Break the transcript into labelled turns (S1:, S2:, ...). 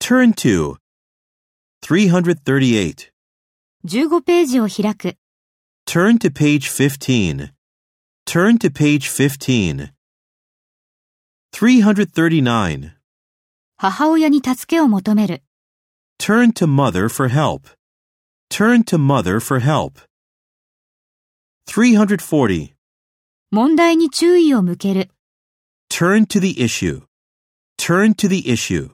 S1: Turn to 338.
S2: 15ページを開く。
S1: Turn to page 15. Turn to page 15. 339.
S2: 母親に助けを求める。
S1: Turn to mother for help. Turn to mother for help. 340.
S2: 問題に注意を向ける。
S1: Turn to the issue. Turn to the issue.